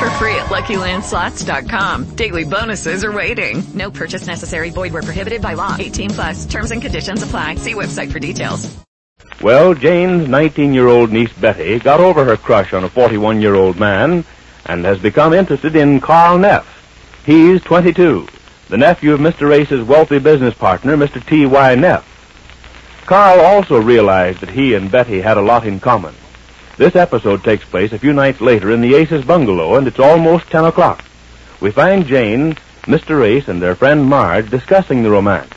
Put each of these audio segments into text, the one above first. for free at LuckyLandSlots.com. Daily bonuses are waiting. No purchase necessary. Void where prohibited by law. 18 plus. Terms and conditions apply. See website for details. Well, Jane's 19-year-old niece Betty got over her crush on a 41-year-old man and has become interested in Carl Neff. He's 22, the nephew of Mr. Ace's wealthy business partner, Mr. T.Y. Neff. Carl also realized that he and Betty had a lot in common. This episode takes place a few nights later in the Ace's bungalow, and it's almost 10 o'clock. We find Jane, Mr. Ace, and their friend Marge discussing the romance.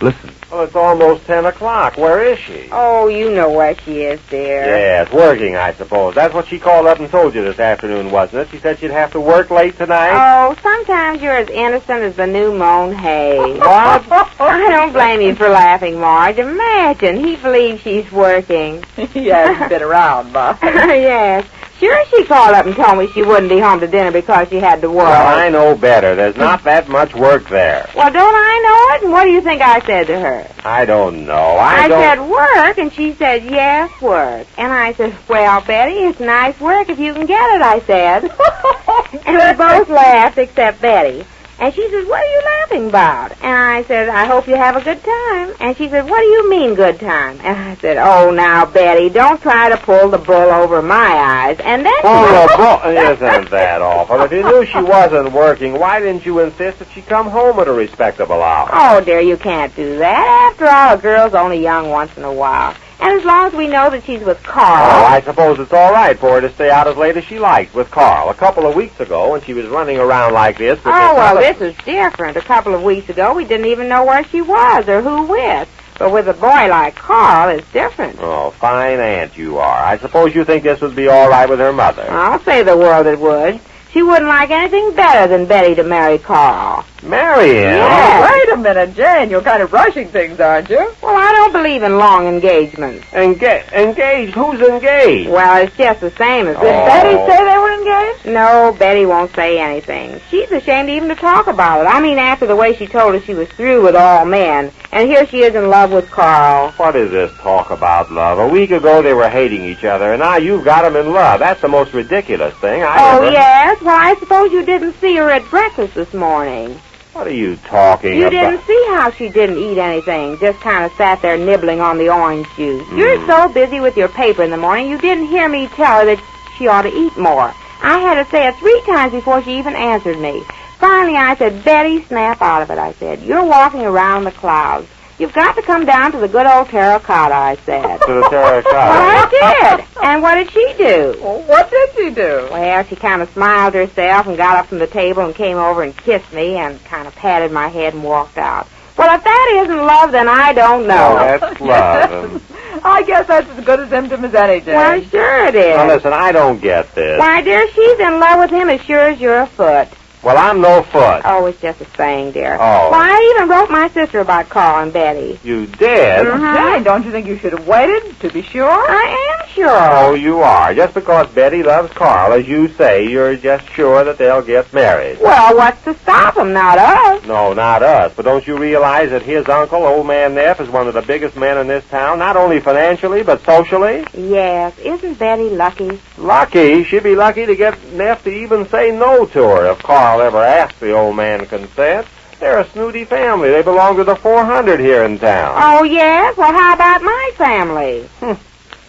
Listen. Well, it's almost ten o'clock. Where is she? Oh, you know where she is, dear. Yes, working, I suppose. That's what she called up and told you this afternoon, wasn't it? She said she'd have to work late tonight. Oh, sometimes you're as innocent as the new mown hay. Marge, I don't blame you for laughing, Marge. Imagine, he believes she's working. He hasn't been around, Ma. yes. Sure, she called up and told me she wouldn't be home to dinner because she had to work. Well, I know better. There's not that much work there. Well, don't I know it? And what do you think I said to her? I don't know. I, don't. said work, and she said yes, work. And I said, well, Betty, it's nice work if you can get it. I said, and we both laughed except Betty. And she said, what are you laughing about? And I said, I hope you have a good time. And she said, what do you mean good time? And I said, oh, now, Betty, don't try to pull the bull over my eyes. And then Oh, well, boy, isn't that awful? If you knew she wasn't working, why didn't you insist that she come home at a respectable hour? Oh, dear, you can't do that. After all, a girl's only young once in a while. And as long as we know that she's with Oh, Carl. I suppose it's all right for her to stay out as late as she liked with Carl. A couple of weeks ago, when she was running around like this. with oh, well, other- this is different. A couple of weeks ago, we didn't even know where she was or who with. But with a boy like Carl, it's different. Oh, fine aunt you are. I suppose you think this would be all right with her mother. I'll say the world it would. She wouldn't like anything better than Betty to marry Carl. Marry him? Yeah. Wait a minute, Jane. You're kind of rushing things, aren't you? Well, I don't believe in long engagements. Enga- engaged? Who's engaged? Well, it's just the same as Oh. if Betty say they were engaged? No, Betty won't say anything. She's ashamed even to talk about it. I mean, after the way she told us she was through with all men, and here she is in love with Carl. What is this talk about love? A week ago they were hating each other, and now you've got 'em in love. That's the most ridiculous thing I Oh, ever... yes? Well, I suppose you didn't see her at breakfast this morning. What are you talking You about? didn't see how she didn't eat anything, just kind of sat there nibbling on the orange juice. Mm. You're so busy with your paper in the morning, you didn't hear me tell her that she ought to eat more. I had to say it three times before she even answered me. Finally, I said, Betty, snap out of it, I said. You're walking around the clouds. You've got to come down to the good old terracotta, I said. To the well, terracotta. I did. And what did she do? Well, what did she do? Well, she kind of smiled herself and got up from the table and came over and kissed me and kind of patted my head and walked out. Well, if that isn't love, then I don't Oh, know. that's love. I guess that's as good a symptom as any, Jane. well, sure it Now is. listen, I don't get this. Why, dear, she's in love with him as sure as you're a foot. Well, I'm no foot. Oh, it's just a saying, dear. Oh. Well, I even wrote my sister about Carl and Betty. Uh-huh. You did? Mm-hmm. Jane, don't you think you should have waited to be sure? I am sure. Oh, you are. Just because Betty loves Carl, as you say, you're just sure that they'll get married. Well, what's to stop him, not us? No, not us. But don't you realize that his uncle, old man Neff, is one of the biggest men in this town, not only financially, but socially? Yes, isn't Betty lucky? Lucky. She'd be lucky to get Neff to even say no to her if Carl ever asked the old man consent. They're a snooty family. They belong to the 400 here in town. Oh, yes? Well, how about my family?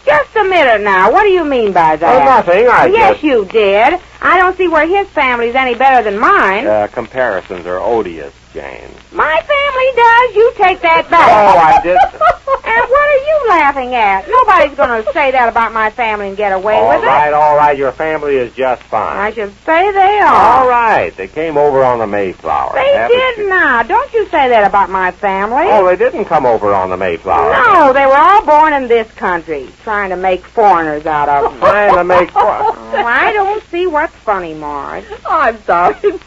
Just a minute now. What do you mean by Hmm. that? Oh, nothing. I yes, just... you did. I don't see where his family's any better than mine. Uh, comparisons are odious, Jane. My family does. You take that back. Oh, I did. And what are you laughing at? Nobody's going to say that about my family and get away all with right, it. all right. Your family is just fine. I should say they are. All right. They came over on the Mayflower. They haven't did you? now. Don't you say that about my family. Oh, they didn't come over on the Mayflower. no, they were all born in this country, trying to make foreigners out of them. Trying to make fun. Oh, I don't see what's funny, Marge. I'm sorry, Jane.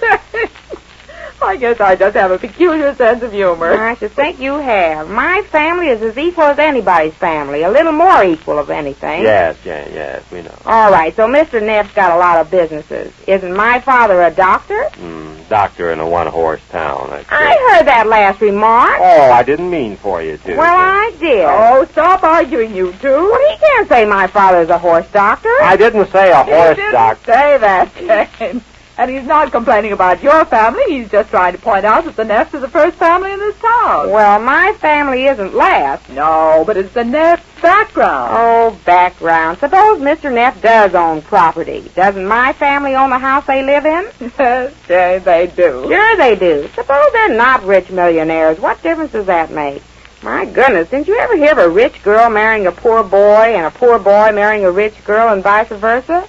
I guess I just have a peculiar sense of humor. I should think you have. My family is as equal as anybody's family, a little more equal, if anything. Yes, Jane, yes, we know. All right, so Mr. Neff's got a lot of businesses. Isn't my father a doctor? Mm, doctor in a one-horse town. I I heard that last remark. Oh, I didn't mean for you to. well, I did. Oh, stop arguing, you two. Well, he can't say my father's a horse doctor. I didn't say a You horse didn't doctor. say that, Jane. And he's not complaining about your family. He's just trying to point out that the Neffs are the first family in this town. Well, my family isn't last. no, but it's the Neffs' background. Oh, background. Suppose Mr. Neff does own property. Doesn't my family own the house they live in? yes, Jane, they do. Sure they do. Suppose they're not rich millionaires. What difference does that make? My goodness, didn't you ever hear of a rich girl marrying a poor boy and a poor boy marrying a rich girl and vice versa?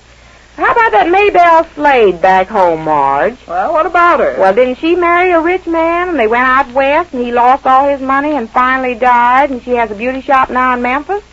How about that Maybelle Slade back home, Marge? Well, what about her? Well, didn't she marry a rich man and they went out west and he lost all his money and finally died and she has a beauty shop now in Memphis?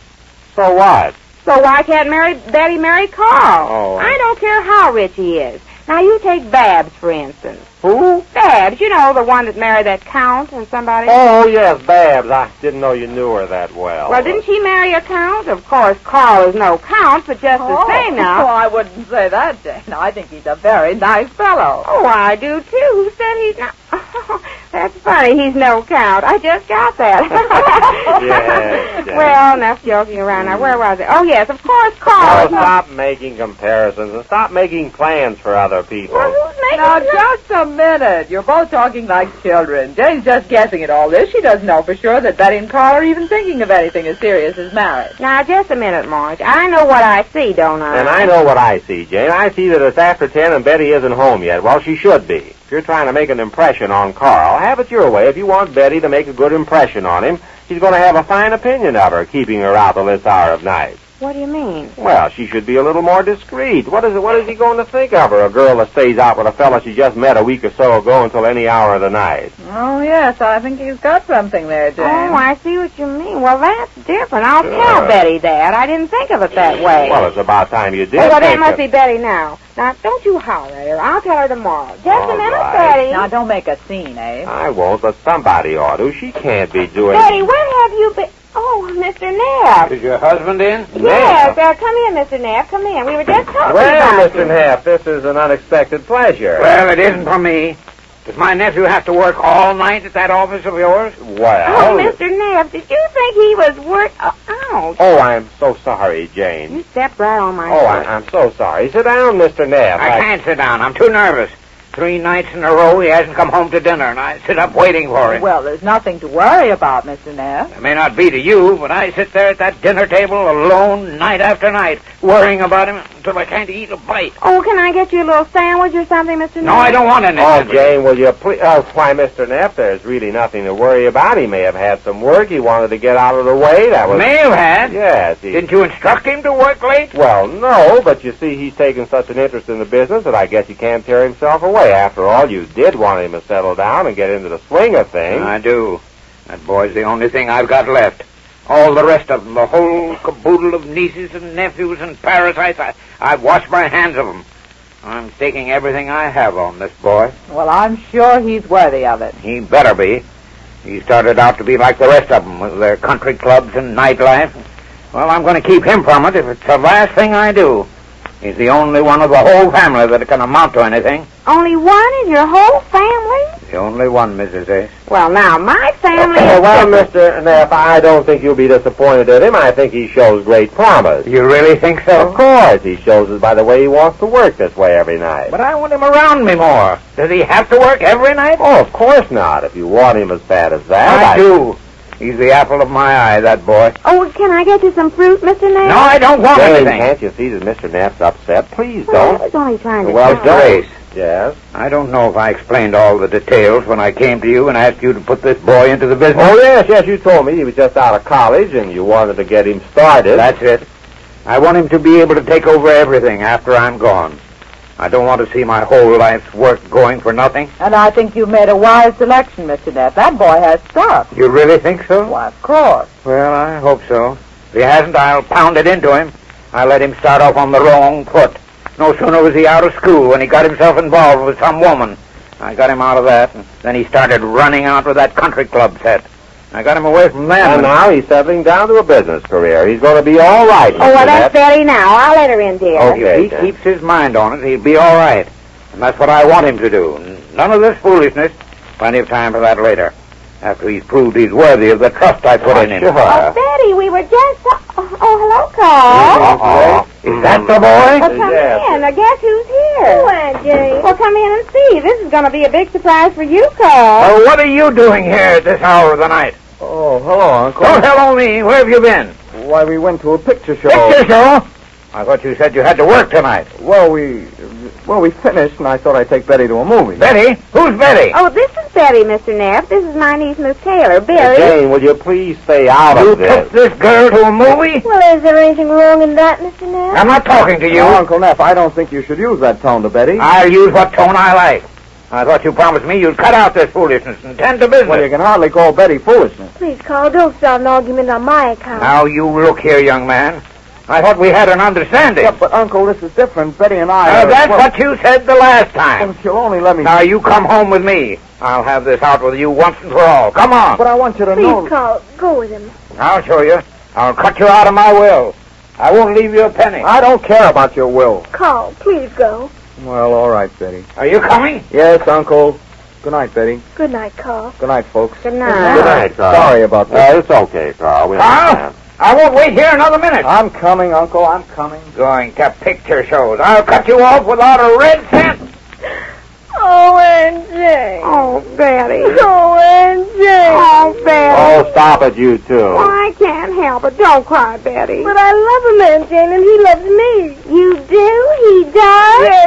So what? So why can't Mary Daddy marry Carl? Oh. I don't care how rich he is. Now you take Babs, for instance. Who? Babs, you know, the one that married that count or somebody. Oh, yes, Babs. I didn't know you knew her that well. Well, didn't she marry a count? Of course, Carl is no count, but just Oh, the same Oh, now. I wouldn't say that, Jane. I think he's a very nice fellow. Oh, I do too. Who said he's not? Oh, that's funny. He's no count. I just got that. Yes, yes. Well, enough joking around. Now, where was it? Oh, yes, of course, Carl. Now, is not- stop making comparisons and stop making plans for other people. Well, who's making Now, the- just a minute. You're both talking like children. Jane's just guessing at all this. She doesn't know for sure that Betty and Carl are even thinking of anything as serious as marriage. Now, just a minute, Marge. I know what I see, don't I? And I know what I see, Jane. I see that it's after ten and Betty isn't home yet. Well, she should be. If you're trying to make an impression on Carl, have it your way. If you want Betty to make a good impression on him, she's going to have a fine opinion of her, keeping her out till this hour of night. What do you mean? Well, she should be a little more discreet. What is it? What is he going to think of her? A girl that stays out with a fellow she just met a week or so ago until any hour of the night. Oh, yes, I think he's got something there, Jane. Oh, I see what you mean. Well, that's different. I'll Sure. tell Betty that. I didn't think of it that way. Well, it's about time you did. Oh, well, that think must of- be Betty now. Now, don't you holler at her. I'll tell her tomorrow. Just All a minute, right. Betty. Now, don't make a scene, eh? I won't, but somebody ought to. She can't be doing. Betty, where have you been? Oh, Mr. Knapp. Is your husband in? Yes, uh, come in, Mr. Knapp. Come in. We were just talking Well, about Mr. Neff, this is an unexpected pleasure. Well, it isn't for me. Does my nephew have to work all night at that office of yours? Well. Oh, Mr. Knapp, did you think he was worth... Oh, ouch. Oh, I'm so sorry, Jane. You stepped right on my Oh, foot. I, I'm so sorry. Sit down, Mr. Neff. I can't sit down. I'm too nervous. Three nights in a row he hasn't come home to dinner, and I sit up waiting for him. Well, there's nothing to worry about, Mr. Neff. it may not be to you, but I sit there at that dinner table alone night after night, worrying about him until I can't eat a bite. Oh, can I get you a little sandwich or something, Mr. Knapp? No, I don't want any. Oh, Jane, will you please? Oh, why, Mr. Neff, there's really nothing to worry about. He may have had some work. He wanted to get out of the way. That was. May have had. Yes. He... Didn't you instruct him to work late? Well, no, but you see, he's taken such an interest in the business that I guess he can't tear himself away. After all, you did want him to settle down and get into the swing of things. I do. That boy's the only thing I've got left. All the rest of them, the whole caboodle of nieces and nephews and parasites, I, I've washed my hands of them. I'm taking everything I have on this boy. Well, I'm sure he's worthy of it. He better be. He started out to be like the rest of them with their country clubs and nightlife. Well, I'm going to keep him from it if it's the last thing I do. He's the only one of the whole family that can amount to anything. Only one in your whole family? The only one, Mrs. Ace. Well, now, my family... Oh, well, Mr. Neff, I don't think you'll be disappointed at him. I think he shows great promise. You really think Of course, he shows it by the way he wants to work this way every night. But I want him around me more. Does he have to work every night? Oh, of course not. If you want him as bad as that, I do. He's the apple of my eye, that boy. Oh, can I get you some fruit, Mr. Knapp? No, I don't want Jane, anything. can't you see that Mr. Neff's upset? Please Well, don't. I was only trying to Well, tell. Grace, Yes. I don't know if I explained all the details when I came to you and asked you to put this boy into the business. Oh yes, yes. You told me he was just out of college, and you wanted to get him started. That's it. I want him to be able to take over everything after I'm gone. I don't want to see my whole life's work going for nothing. And I think you've made a wise selection, Mr. Neff. That boy has stuff. You really think so? Why, of course. Well, I hope so. If he hasn't, I'll pound it into him. I let him start off on the wrong foot. No sooner was he out of school when he got himself involved with some woman. I got him out of that, and then he started running out with that country club set. I got him away from that. And now he's settling down to a business career. He's going to be all right. Oh, well, Mr. Neff. that's Betty now. I'll let her in, dear. If Okay. he then. keeps his mind on it, he'll be all right. And that's what I want him to do. None of this foolishness. Plenty of time for that later. After he's proved he's worthy of the trust I put in him. Sure. Oh, Betty, we were just. Oh, hello, Carl. Uh-oh. Is that the Well, boy? come yes. in. Now, guess who's here? Oh, Aunt Jane. Well, come in and see. This is going to be a big surprise for you, Carl. Well, what are you doing here at this hour of the night? Oh, hello, Uncle. Don't hello me. Where have you been? Why, we went to a picture show. Picture show? I thought you said you had to work tonight. Well, we, well, we finished, and I thought I'd take Betty to a movie. Betty? Who's Betty? Oh, this is Betty, Mr. Neff. This is my niece, Miss Taylor. Hey, Betty. Jane, will you please stay out you of this? took this girl to a movie? Well, is there anything wrong in that, Mr. Neff? I'm not talking to you. No, Uncle Neff, I don't think you should use that tone to Betty. I'll use what tone I like. I thought you promised me you'd cut out this foolishness and tend to business. Well, you can hardly call Betty foolishness. Please, Carl, don't start an argument on my account. Now you look here, young man. I thought we had an understanding. Yeah, but Uncle, this is different. Betty and I. Now, are- that's uh, well, what you said the last time. If you'll only let me. Now you come home with me. I'll have this out with you once and for all. Come on. but I want you to know. Carl, go with him. I'll show you. I'll cut you out of my will. I won't leave you a penny. I don't care about your will. Carl, please go. Well, all right, Betty. Are you coming? Yes, Uncle. Good night, Betty. Good night, Carl. Good night, folks. Good Good night. night, Carl. Sorry about this. Uh, it's okay, Carl. We Carl? understand. I won't wait here another minute. I'm coming, Uncle. I'm coming. Going to picture shows. I'll cut you off without a red cent. Oh, Aunt Jane. Oh, Betty. Oh, Aunt Jane. Oh, Betty. Oh, stop it, you two. I can't help it. Don't cry, Betty. But I love him, Aunt Jane, and he loves me. You do? He does?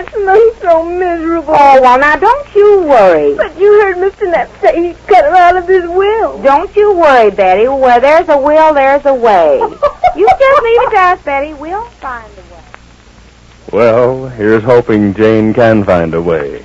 Yes, and he's so miserable. Oh, well, now, don't you worry. But you heard Mr. Knapp say he's cut her out of his will. Don't you worry, Betty. Where there's a will, there's a way. you just leave it to us, Betty. We'll find a way. Well, here's hoping Jane can find a way.